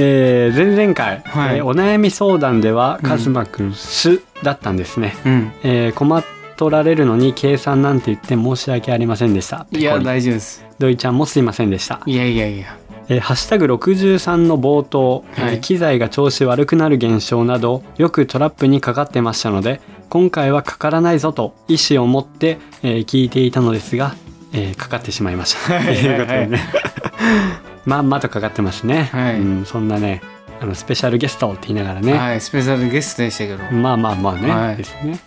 えー前々回、
はい
えーお悩み相談では
うん
カズマくん「す」だったんですね、
うん。
えー困っとられるのに計算なんて言って申し訳ありませんでした
いや、
ペコリ
大丈夫です。
土井ちゃんもすいませんでした
いやいやいや。
えーハッシュタグ63の冒頭、
はい
えー機材が調子悪くなる現象などよくトラップにかかってましたので今回はかからないぞと意思を持って、えー聞いていたのですが、えーかかってしまいました。と
い
いうことでね まんまとかかってますね、
はい
うん、そんなねあのスペシャルゲストって言いながらね、
はい、スペシャルゲストでしたけど。
まあまあまあね、
はい
ですね。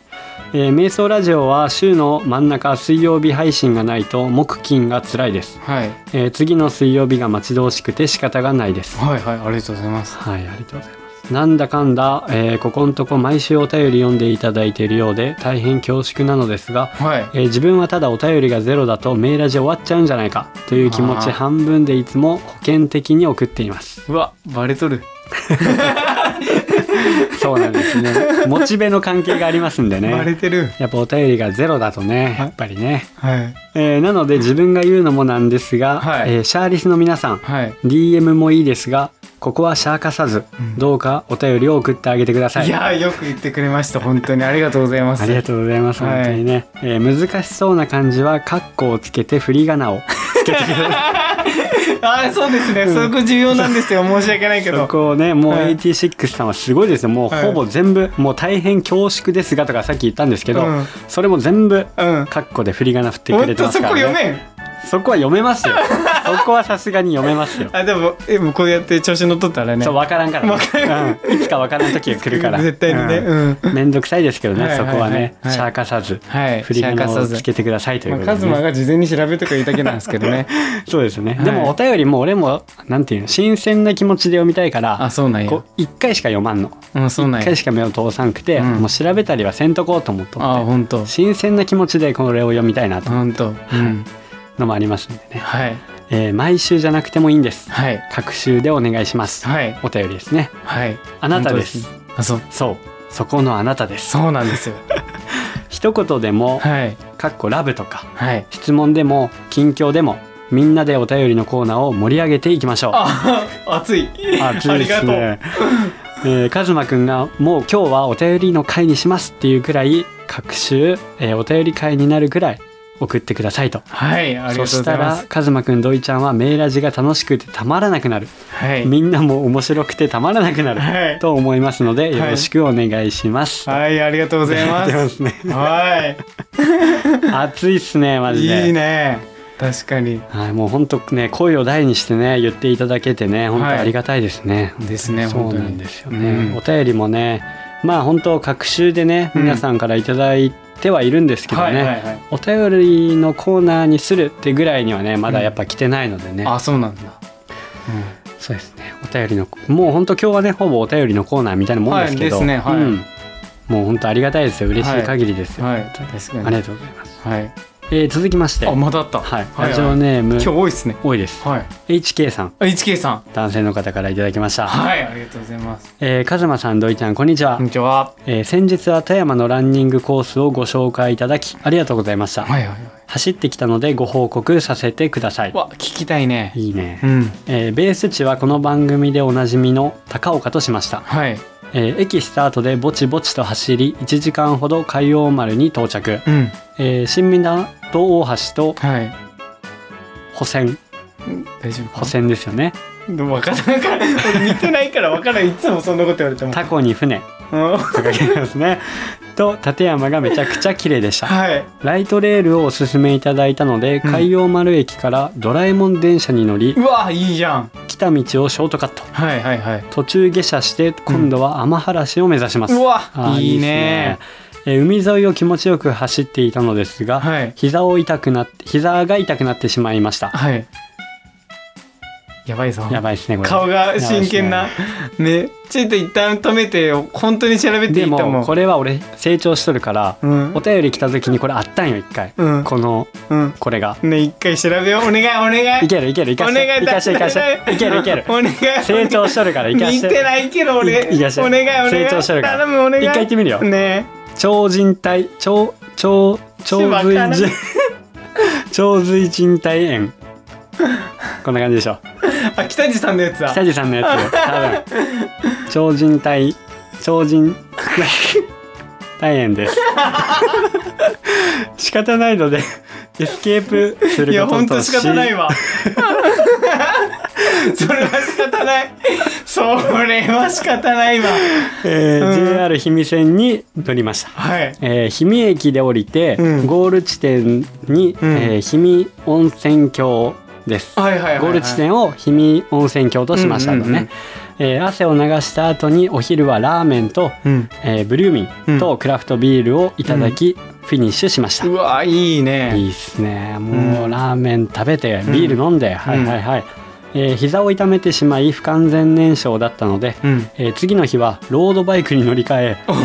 えー、瞑想ラジオは週の真ん中水曜日配信がないと木金が辛いです、
はい、
えー次の水曜日が待ち遠しくて仕方がないです
はい、はい、ありがとうございます。
はいありがとうございますなんだかんだ、えーここんとこ毎週お便り読んでいただいているようで大変恐縮なのですが、
はい。
えー自分はただお便りがゼロだとメーラジ終わっちゃうんじゃないかという気持ち
あー
半分でいつも保険的に送っています
うわ、バレとる。
そうなんですね モチベの関係がありますんでね
バレてる。
やっぱお便りがゼロだとね、やっぱりね。
はい。
えーなので自分が言うのもなんですが、
はい
えーシャーリスの皆さん、
はい。
DM もいいですが、ここはシャー化さず、
うん
どうかお便りを送ってあげてください。
いやー、よく言ってくれました。本当にありがとうございます。
ありがとうございます、
はい
本当にね、えー難しそうな漢字は、カッコをつけて振り 仮名をつけてください。
あーそうですね、そこ重要なんですよ申し訳ないけ
そ
ど
こをね、もう
はい
AT6 さんはすごいですよ。もう
はい
ほぼ全部、もう大変恐縮ですがとかさっき言ったんですけど、
うん
それも全部、
うん
カッコで振り仮名振って
ほ
く
ん
れて
と
ます
そ
か
こ
ら、ね。
読めん
そこは読めますよ。そこはさすがに読めますよ。
あでもえもうこうやって調子乗っとったらね
そう分からんから、ねうん、いつか分からん時が来るから
絶対にね
う
うん、
んめんどくさいですけどね、
はいはいはい
そこはね、
はい
シャー化さず、
はい
振り仮名
シャー化さ
を
ず
つけてくださいとい
ま
う
あ、
こと
カ
で、
ズ
ね
マが事前に調べとか言うだけなんですけどね
そうですね、
はい
でもお便りも俺もなんていうの新鮮な気持ちで読みたいか ら
あそうなんや
こう1回しか読まんの
うんそうなん
1
や
回しか目を通さんくて、
うん
もう調べたりはせんとこうと思っと
あ
っ
本当
て新鮮な気持ちでこれを読みたいなと
本当うん
のもありますんでね、
はい
えー毎週じゃなくてもいいんです
はい
各週でお願いします
はい
お便りですね
はい
あなたです
本当あそう
そうそこのあなたです
そうなん ですよ
一言でも
はい
かっこラブとか
はい
質問でも近況でもみんなでお便りのコーナーを盛り上げていきましょう。
あ熱い
熱い
あ
で
りが
す
とう
ね。 えー、カズマくんがもう今日はお便りの回にしますっていうくらい各週、えーお便り回になるくらい送ってくださいと。
はいありが
そ
とうご
し
ざ
た
いま
ら
す
カズマくんドイちゃんはメーラジが楽しくてたまらなくなる、
はい
みんなも面白くてたまらなくなる、
はい
と思いますのでよろしくお願いします。
はいありがとうございま
ありがとう
す
ござい ますね。
はい
熱いっすねマジで。
いいね確かに
はい、もう本当ね声を大にしてね言っていただけてね本当
はい
ありがたいですね。
ですね
そう
本当
な
に
んですよね。
うん
お便りもねまあ本当各週でね
うん
皆さんからいただいてはいるんですけどね、
はいはいはい
お便りのコーナーにするってぐらいにはねまだやっぱ来てないのでね、
あそうなんだ、
そうですねお便りのもう本当今日はねほぼお便りのコーナーみたいなもんですけど、
はいですねはい
うんもう本当ありがたいですよ嬉しい限りですよ、
はい確かに
ありがとうございます、
はい
えー続きまして
あまだあった
はい、ラジオネーム
今日多いですね
多いです
はい
HK さん
あ HK さん
男性の方からいただきました、
はいありがとうございます
えー、カズマさんドイちゃんこんにちは、
こんにちは
えー先日は富山のランニングコースをご紹介いただきありがとうございました、
はいはいはい
走ってきたのでご報告させてください
わ聞きたいね
いいね
う、ん
えーベース地はこの番組でおなじみの高岡としました、
はい
えー駅スタートでぼちぼちと走り1時間ほど海王丸に到着、
うん
えー新港大橋と
はい
補線
大丈夫
補線ですよね
でも分からんから俺見てないから分からんいつもそんなこと言われても
タコに船
うん
とか言いますねと立山がめちゃくちゃ綺麗でした
はい
ライトレールをおすすめいただいたので、
うん
海洋丸駅からドラえもん電車に乗り
うわいいじゃん
来た道をショートカット
はいはいはい
途中下車して今度は天原市を目指します、
う
あ
わ
ー
いいね
いいですねえー海沿いを気持ちよく走っていたのですが、
はい
膝を痛くなって膝が痛くなってしまいました
はいやばいぞ
やばいですねこれ
顔が真剣なねちょっと一旦止めてよ本当に調べてい
で
いと思
も
う
これは俺成長しとるから、
うん
お便り来た時にこれあったんよ一回、
うん
この
うん
これが
ね一回調べようお願いお願い
いけるいけるい
お
かし
願い
ていかしていかしていけるいける
お願い
成長しとるからいかし
見てないけど俺
いいかして
お願いお願い
成長してるから
頼むお願い
一回行ってみるよ
ね
超人体超超超
わ
髄
からん
人超髄人体炎こんな感じでしょ
あ北地さんのやつだ
北地さんのやつよ多分超人体超人 体炎です仕方ないのでエスケープす
い
る
や
こ
本
と
当
と
仕
し
方ないわ それは仕方ない。それは仕方ないわ。
えー
うん
JR 氷見線に乗りました
はい。
えー氷見駅で降りて、
うん
ゴール地点に、
うん
えー氷見温泉郷です、
はいはいはい、はい。
ゴール地点を氷見温泉郷としましたとね、
うんうんうん
えー汗を流した後にお昼はラーメンと、
うん。
えーブリューミン
う
とクラフトビールをいただき、フィニッシュしました、
うわ、いいね。
いいっすねもう、
うん
ラーメン食べて
ん
ビール飲んで、はいはいはい、えー膝を痛めてしまい不完全燃焼だったので、
うん。
えー次の日はロードバイクに乗り換え
おお、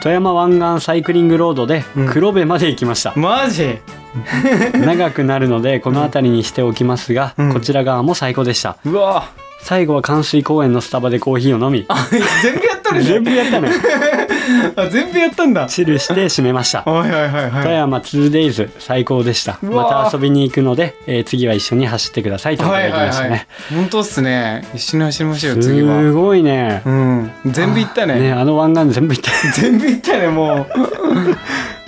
富山湾岸サイクリングロードで
うん
黒部まで行きました、
マジ。
長くなるのでこの辺りにしておきますが、
うん
こちら側も最高でした
うわ。
最後は関水公園のスタバでコーヒーを飲み
あ、 全部やったね。
全部やったね
あ、全部やったんだ。
チルして締め ました
はいはいはいはい。
富山 2days 最高でした
うわー
また遊びに行くので、えー次は一緒に走ってくださいといた
は
だ
い
き
はい
ましたね、
はい。本当っすね。一緒に走りましょうよ、次
す
は。
ごいね
うん。全部行ったね。
ねあの湾岸全部行った
全部行ったね、 もう。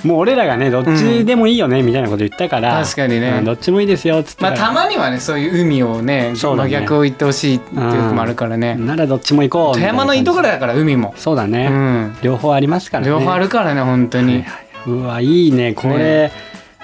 もう俺らがねどっちでもいいよね、みたいなこと言ったから
確かにね
うんどっちもいいですよっつった
まあ、
ら、
たまにはね、そういう海をね、
そうだ
真
ね
逆を言ってほしいっていうのもあるからね。
ならどっちも行こ
富
うみたいな
山
感
の
じ
いいところだから、海も。
そうだ
う
ね、
ん。
両方ありますからね
両方あるからね、本当に。
うわいいねこれ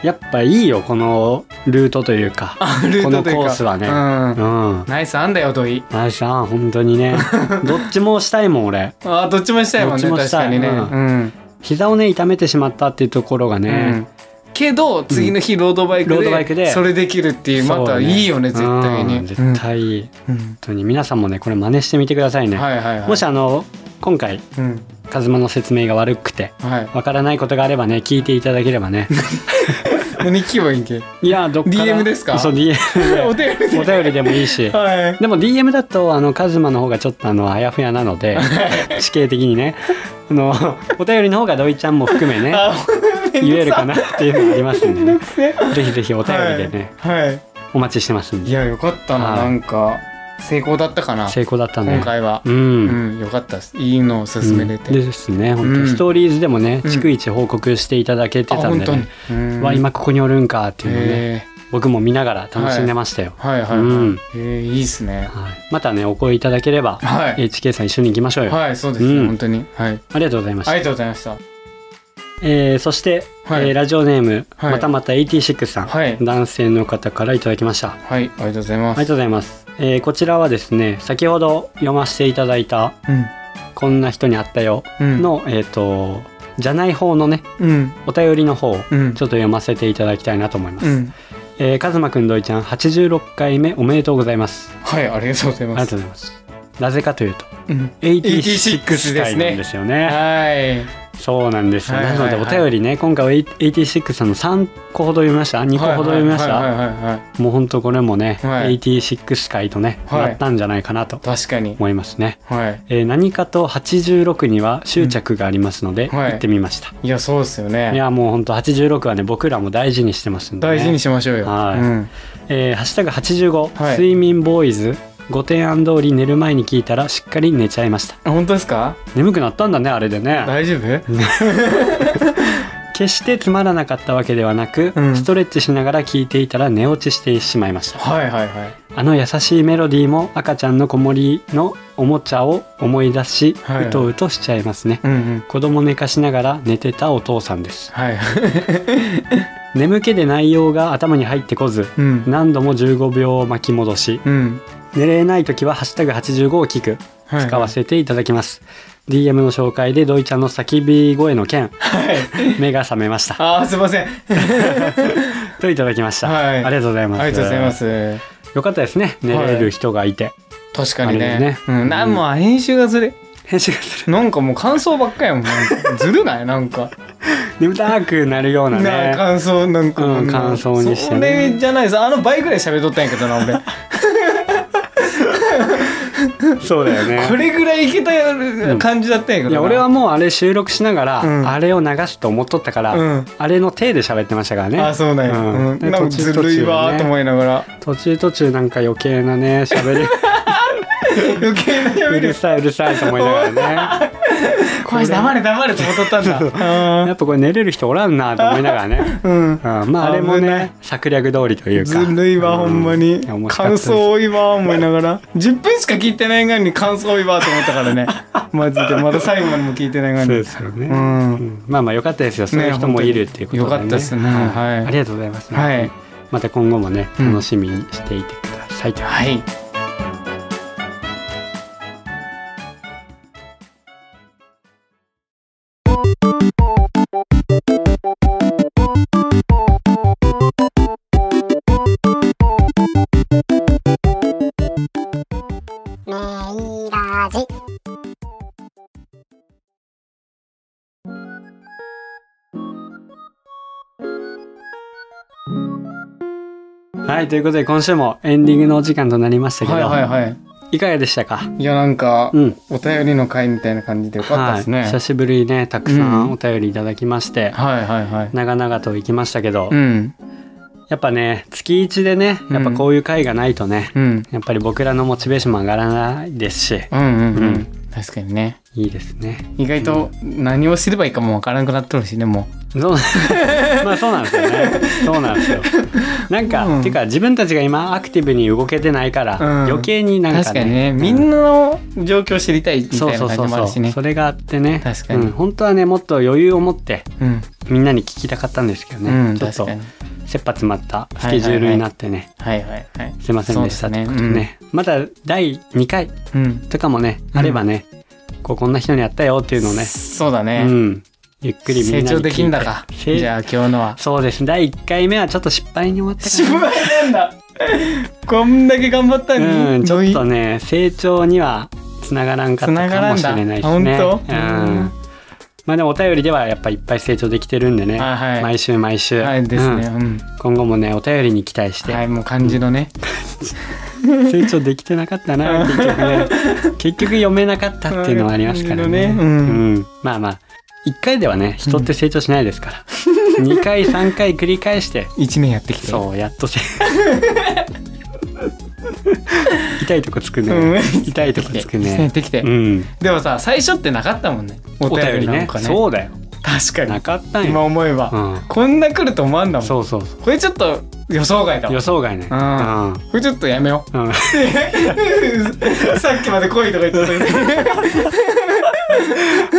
やっぱいいよこのルートというか
あルートというか
このコースはね
うん
うん
ナイスあんだよ、土井。
ナイスさん本当 にねどっちもしたいもん俺
あーどっちもしたいもんね、
どっちも
確
した
か
い
にね。う
う
ん。
膝をね痛めてしまったっていうところが
う
ね
ん、けど次の日ロードバイクで,、
ロードバイクで
それできるっていう
そう
また
ね
いいよね絶対に、
うん絶対いい本
うん、
当に皆さんもねこれ真似してみてください
うん
ね
はいはいはい
もしあの今回
うん
カズマの説明が悪くて
はい
わからないことがあればね聞いていただければ ね
何聞けばいいんけ
いやどっから
DM ですか
そう DM
お 便り
お
で
便りでもいいし
はい
でも DM だとあのカズマの方がちょっとあのあやふやなので地形的にねあのお便りの方が土井ちゃんも 含めね
あめんどくさ
言えるかなっていうのがありますんでね
ね
ぜひぜひお便りでね、
はい、はい
お待ちしてますん
い
で
やよかったな、
はい
なんか成功だったかな
成功だったね
今回は
う、
うん
うん
ん、よかったですいいのを進めれて、
ですね本当、
うん
ストーリーズでもね
うん
逐一報告していただけて
あ
たん
本
で、
当に
ね、
うん
わ今ここにおるんかっていうのをね
へ
僕も見ながら楽しんでましたよ
ー、はいはいはい、
うん
へーいいっすね
はいまたねお声いただければ、
はい
HK さん一緒に行きましょうよ、
はいそうですね、
うん
本当にはい
ありがとうございました
ありがとうございました
えーそして、
はい
えーラジオネーム、
はい
またまた86さん、
はい
男性の方からいただきましたあ
はいありがとうございま
りが
す
とうございます、えーこちらはですね先ほど読ませていただいた
うん
「こんな人に会ったよ
うん
の」えっ、とじゃない方のね
うん
お便りの方をちょ
うん
っと読ませていただきたいなと思います、
うん
えー、かずまくんどいちゃん86回目おめでとうございます
はいありがとうござい
あり
ま
が
す
とうございますなぜかというと
うん
86回なんですよね
はい
そうなんですよ、
はいはいはい
なのでお便りね今回は86さんの3個ほど読みました2個ほど読みました、
はいはいはいはいはい
もうほんとこれもね、
はい
86回とね、
はい
なったんじゃないかなと
確かに
思いますね、
はい
えー何かと86には執着がありますので、
うんはい
行ってみました、
いやそうですよ
い、
ね
やもうほんと86はね僕らも大事にしてますんで、ね、
大事にしましょうよ、
はい
うん
えーハッシュタグ85、
はい
睡眠ボーイズご提案通り寝る前に聞いたらしっかり寝ちゃいました
あ本当ですか
眠くなったんだねあれでね
大丈夫
決してつまらなかったわけではなく、
うん
ストレッチしながら聞いていたら寝落ちしてしまいました
はいはいはい
あの優しいメロディーも赤ちゃんの子守のおもちゃを思い出し、
はいはいう
とうとしちゃいますね
うんうん
子供寝かしながら寝てたお父さんです
はい
眠気で内容が頭に入ってこず
うん
何度も15秒巻き戻し
うん
寝れない時は「ハッシュタグ #85」を聞く
はいはい
使わせていただきます、DM の紹介でドイちゃんの叫び声の件
はい
目が覚めました
あーすいま せん
といただきました、
はい
ありがとうございます
ありがとうございます
よかったですね寝れる人がいて、
確かに
あ
ね
れね
うん、なんもう編集がずれ
編集がする
なんかもう感想ばっかやもんなんかずるないなんか
眠たくなるようなね
なあ感想なんか、
うん感想にして
そ
ね
れじゃないですあの倍ぐらい喋っとったんやけどな 俺
そうだよね
これぐらいいけた感じだったんやけどな、
いや俺はもうあれ収録しながら、
うん
あれを流すと思っとったから、
うん
あれの手で喋ってましたからね
あそうなんや、
うん
うん
で
なんか
途中
ず
途中
るいわ
ね
ーと思いながら
途中途中なんか余計なね喋り
余計なやめる
う るさいうるさいと思いながらね
こいつ黙れ黙れと思っとったんだ。
やっぱこれ寝れる人おらんなと思いながらね
うん。
うん、まああれも
危ない
ね策略通りというか
ずるいわ、ほんまに
ういや面。白かったで
感
す
想多いわ、思いながら。10分しか聞いてないがに感想多いわと思ったから ね。マジで。まだ最後までも聞いてないが
そう
に
で。すよね、
うん
うんまあまあ良かったですよそういう人もいるっていうことで、ね
よかったですね。
あ
はい。
りがとうございます、
はい。
また今後もね
うん
楽しみにしていてください、
はい。
メイラジ
はい、ということで今週もエンディングのお時間となりましたけど、
はいいはいはい。
かがでしたか
いや、なんか、
うん
お便りの回みたいな感じでよかったです
はい、
ね。
久しぶりにねたくさ
うん
んお便りいただきまして、
はいはいはい。
長々と行きましたけど、
うん。
やっぱね月1でねやっぱこういう回がないとね、
うん。
やっぱり僕らのモチベーションも上がらないですし
うんうんう。
うん
確かにね。
いいですね
意外と何をすればいいかもわからなくなっとるしね、も
そう まあそうなんですよねそうなんですよなんか、
うん
ていうか自分たちが今アクティブに動けてないから、
うん
余計に
う。
なん
確
か
か
ね
にね、み
うん
なの状況を知りたいみた
そう
い
そ
な
う
感じ
そう
もあ
そう
るしね
そ。れがあってね
確かに
うん、本当はねもっと余裕を持って
うん。
みんなに聞きたかったんですけどね、
うん、
ちょっ
確
と
かに。
切羽詰まったスケジュールになってね、
はいはいはい。
すいませんでした
そう
と
で
いう
すね
ことでねまた第2回
うん。
とかもね、
うん
あればねこうこんな人に会ったよっていうのをね、
そうだ
う
ね。
ん、ゆっくりみ
成
んなに聞いて
長できんだか。
せい
じゃあ今日の は。
そうです第1回目はちょっと失敗に終わったか
失敗なんだ。こんだけ頑張った
な
の
うん
に、
ちょっと
ね。
ね成長にはつながらんかったかもしれないです
繋がらん
ね
だ本当
うんまあでもお便りではやっぱいっぱい成長できてるんでね、
はいはい
毎週毎週、
はいですね。
うん
うん。
今後もねお便りに期待して、
はい、もう漢字のね。
成長できてなかっ たな結局ね結局読めなかったっていうのはありますか らね
うんうん
うんまあまあ1回ではね人って成長しないで すから、2回3回繰り返して
一年やってきて。
そうや っとせ痛いとこつくね、
うん
痛いとこつく
一年やっ
ね
てきて
う。ん
でもさ、最初ってなかったもんね。お
お
便
便
り
り
な
ね
んかね。
そうだよ
確か
なかった
に。
ん
今
よ、
思え
う
ば。
ん、
こんな来ると思わんだもん。
そうそうそ
これちょっと予想外だ
う
わ
予。想外ね
う
うんん、
これちょっとやめよう。
うん
さっきまで来いとか言ってたの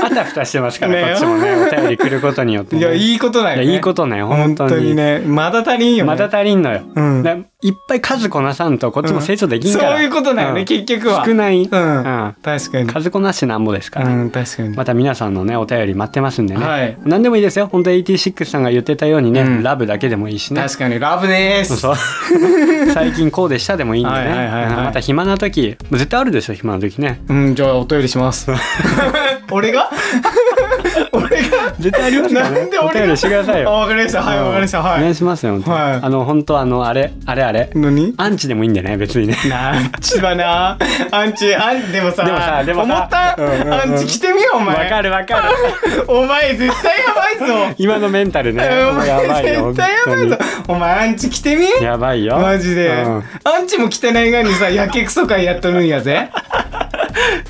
あたふたしてますから、
ね
こっちもねお便り来ることによって
に。い
ね、
や、いいことだよ、ね。
いやいいことね本
本
当
当
に
にね。まだ足りんよ、ね。
まだ足りんのよ
うん。
だいっぱい数こなさんとこっちも成長できんから、
そういうことだよね、
うん
結局は。
少ない、うん
うん。確かに。
数こなしなんぼですから、
うん、確かに。
また皆さんのねお便り待ってますんでね、
はい
何でもいいですよ本当86さんが言ってたようにね、
うん
ラブだけでもいいしね
確かに、ラブでーす。
そう最近こうでしたでもいいんでね、
はいはいはいはい
うんまた暇な時もう絶対あるでしょ暇な時ね
うん、じゃあお便りします。 俺 が俺が
絶対ありますからね
なんで俺が
お便りしてください
あ、
よ
わかりました。はい、わかりました。
お
は
願い
い。
しますよ本当に、
はい
あの本当あのあれあれあれ
何
アンチでもいいんでね別にね
なんちはな。アンチ、アンチ、でもさ、
でもさでもさ
思った、
うんうんうん
アンチ来てみよ、お
わ
前。
かるわかる
お前、絶対やばいぞ。
今のメン タルね
えーお前
やばいよ
絶対やばいぞ
本
お前アンチ来てみ
当にやばいよ
マジで、
うん
アンチも来てないがにさやけくそ会やっとるんやぜ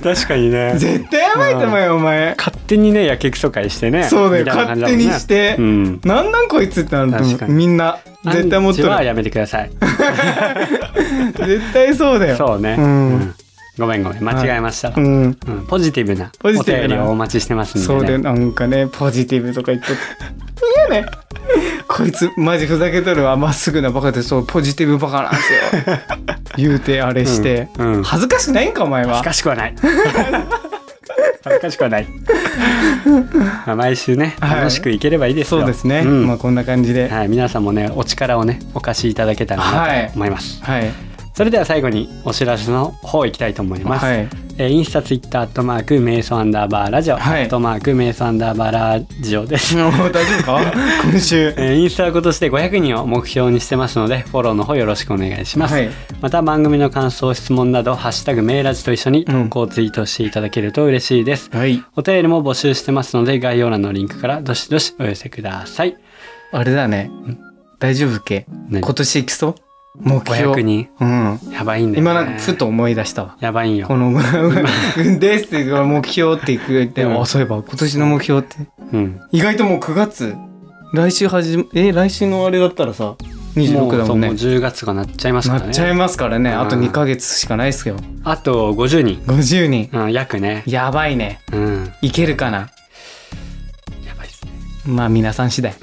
確かにね
絶対やばいと思うよお前
勝手にねやけくそ会してね
そうだよ
みたいな感じ
勝
だ
手
もんね
にして、
うん
なんなんこいつってなると
確か
思うみ
に
んな絶対持っと
アンチは
る
やめてく ださい
絶対そうだよ
そうね、
うん
うんごめんごめん間違えました、
うん
うんポジティブな
ポジティブな
お便りをお待ちしてますんで、ね、
そうだよなんかねポジティブとか言っとっていいよねこいつマジふざけとるわまっすぐなバカでそうポジティブバカなんです よ言うてあれして、
うんうん
恥ずかしないんかお前は
恥ずかしくはない 恥ずかしくはない、まあ、毎週ね
はい
楽しくいければいいですよ、
そうですね、
ん
まあこんな感じで、
はい、皆さんもねお力をねお貸しいただけたら
はい
なと思います、
はい。
それでは最後にお知らせの方いきたいと思います、
はい。
えーインスタツイッターアットマーク瞑想アンダーバーラジオ、
はい
アットマーク瞑想アンダーバーラジオです、
もう大丈夫か今週。
えーインスタは今年で500人を目標にしてますのでフォローの方よろしくお願いします、
はい。
また番組の感想質問など「ハッシュタグメイラジ」と一緒に投稿ツイートしていただけると嬉しいです、
はい。
お便りも募集してますので概要欄のリンクからどしどしお寄せください
あれだね。大丈夫っけ
何
今年来そう目標
500人
うん
やばいんだよ、ね、
今なんかふと思い出したわ
やばいんよ
こ の「軍です」って目標って言って、
うん
あそういえば今年の目標って
うん
意外ともう9月来週始まえ来週のあれだったらさ26だもんね
もうそうもう10月がなっちゃいますか
な
ら
っちゃ
ね
いますからね、
うん
あと2ヶ月しかないっすよ
あと50人、
50人
うん、約ね
やばいね
うん
いけるかな
やばいっすね
まあ皆さん次第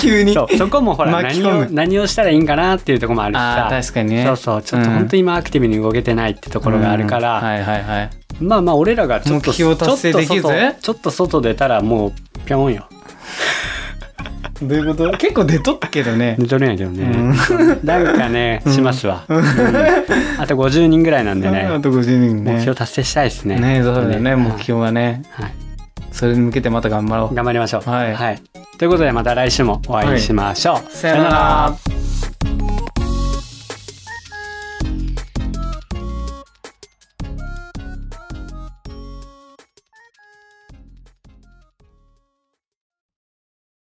急に
そうそこもほら
巻き
何
込む
を何をしたらいいんかなっていうところもあるし
あ
さ
あ確かにね
そうそうちょっと本当に今アクティブに動けてないってところがあるから、
うんはいはいはい
まあまあ俺らがちょっと
目標達成できるぜ
ちょっと外ちょっと外出たらもうぴょんよ
どういうこと結構出とったけどね
寝とるんやけどね、なんかねしますわ、
うん
あと50人ぐらいなんでね、
あと50人ね
目標達成したいですね
ねそうだよね目、標はね
はい
それに向けてまた頑張ろう
頑張りましょう
はい
ということでまた来週もお会いしましょう、
さよなら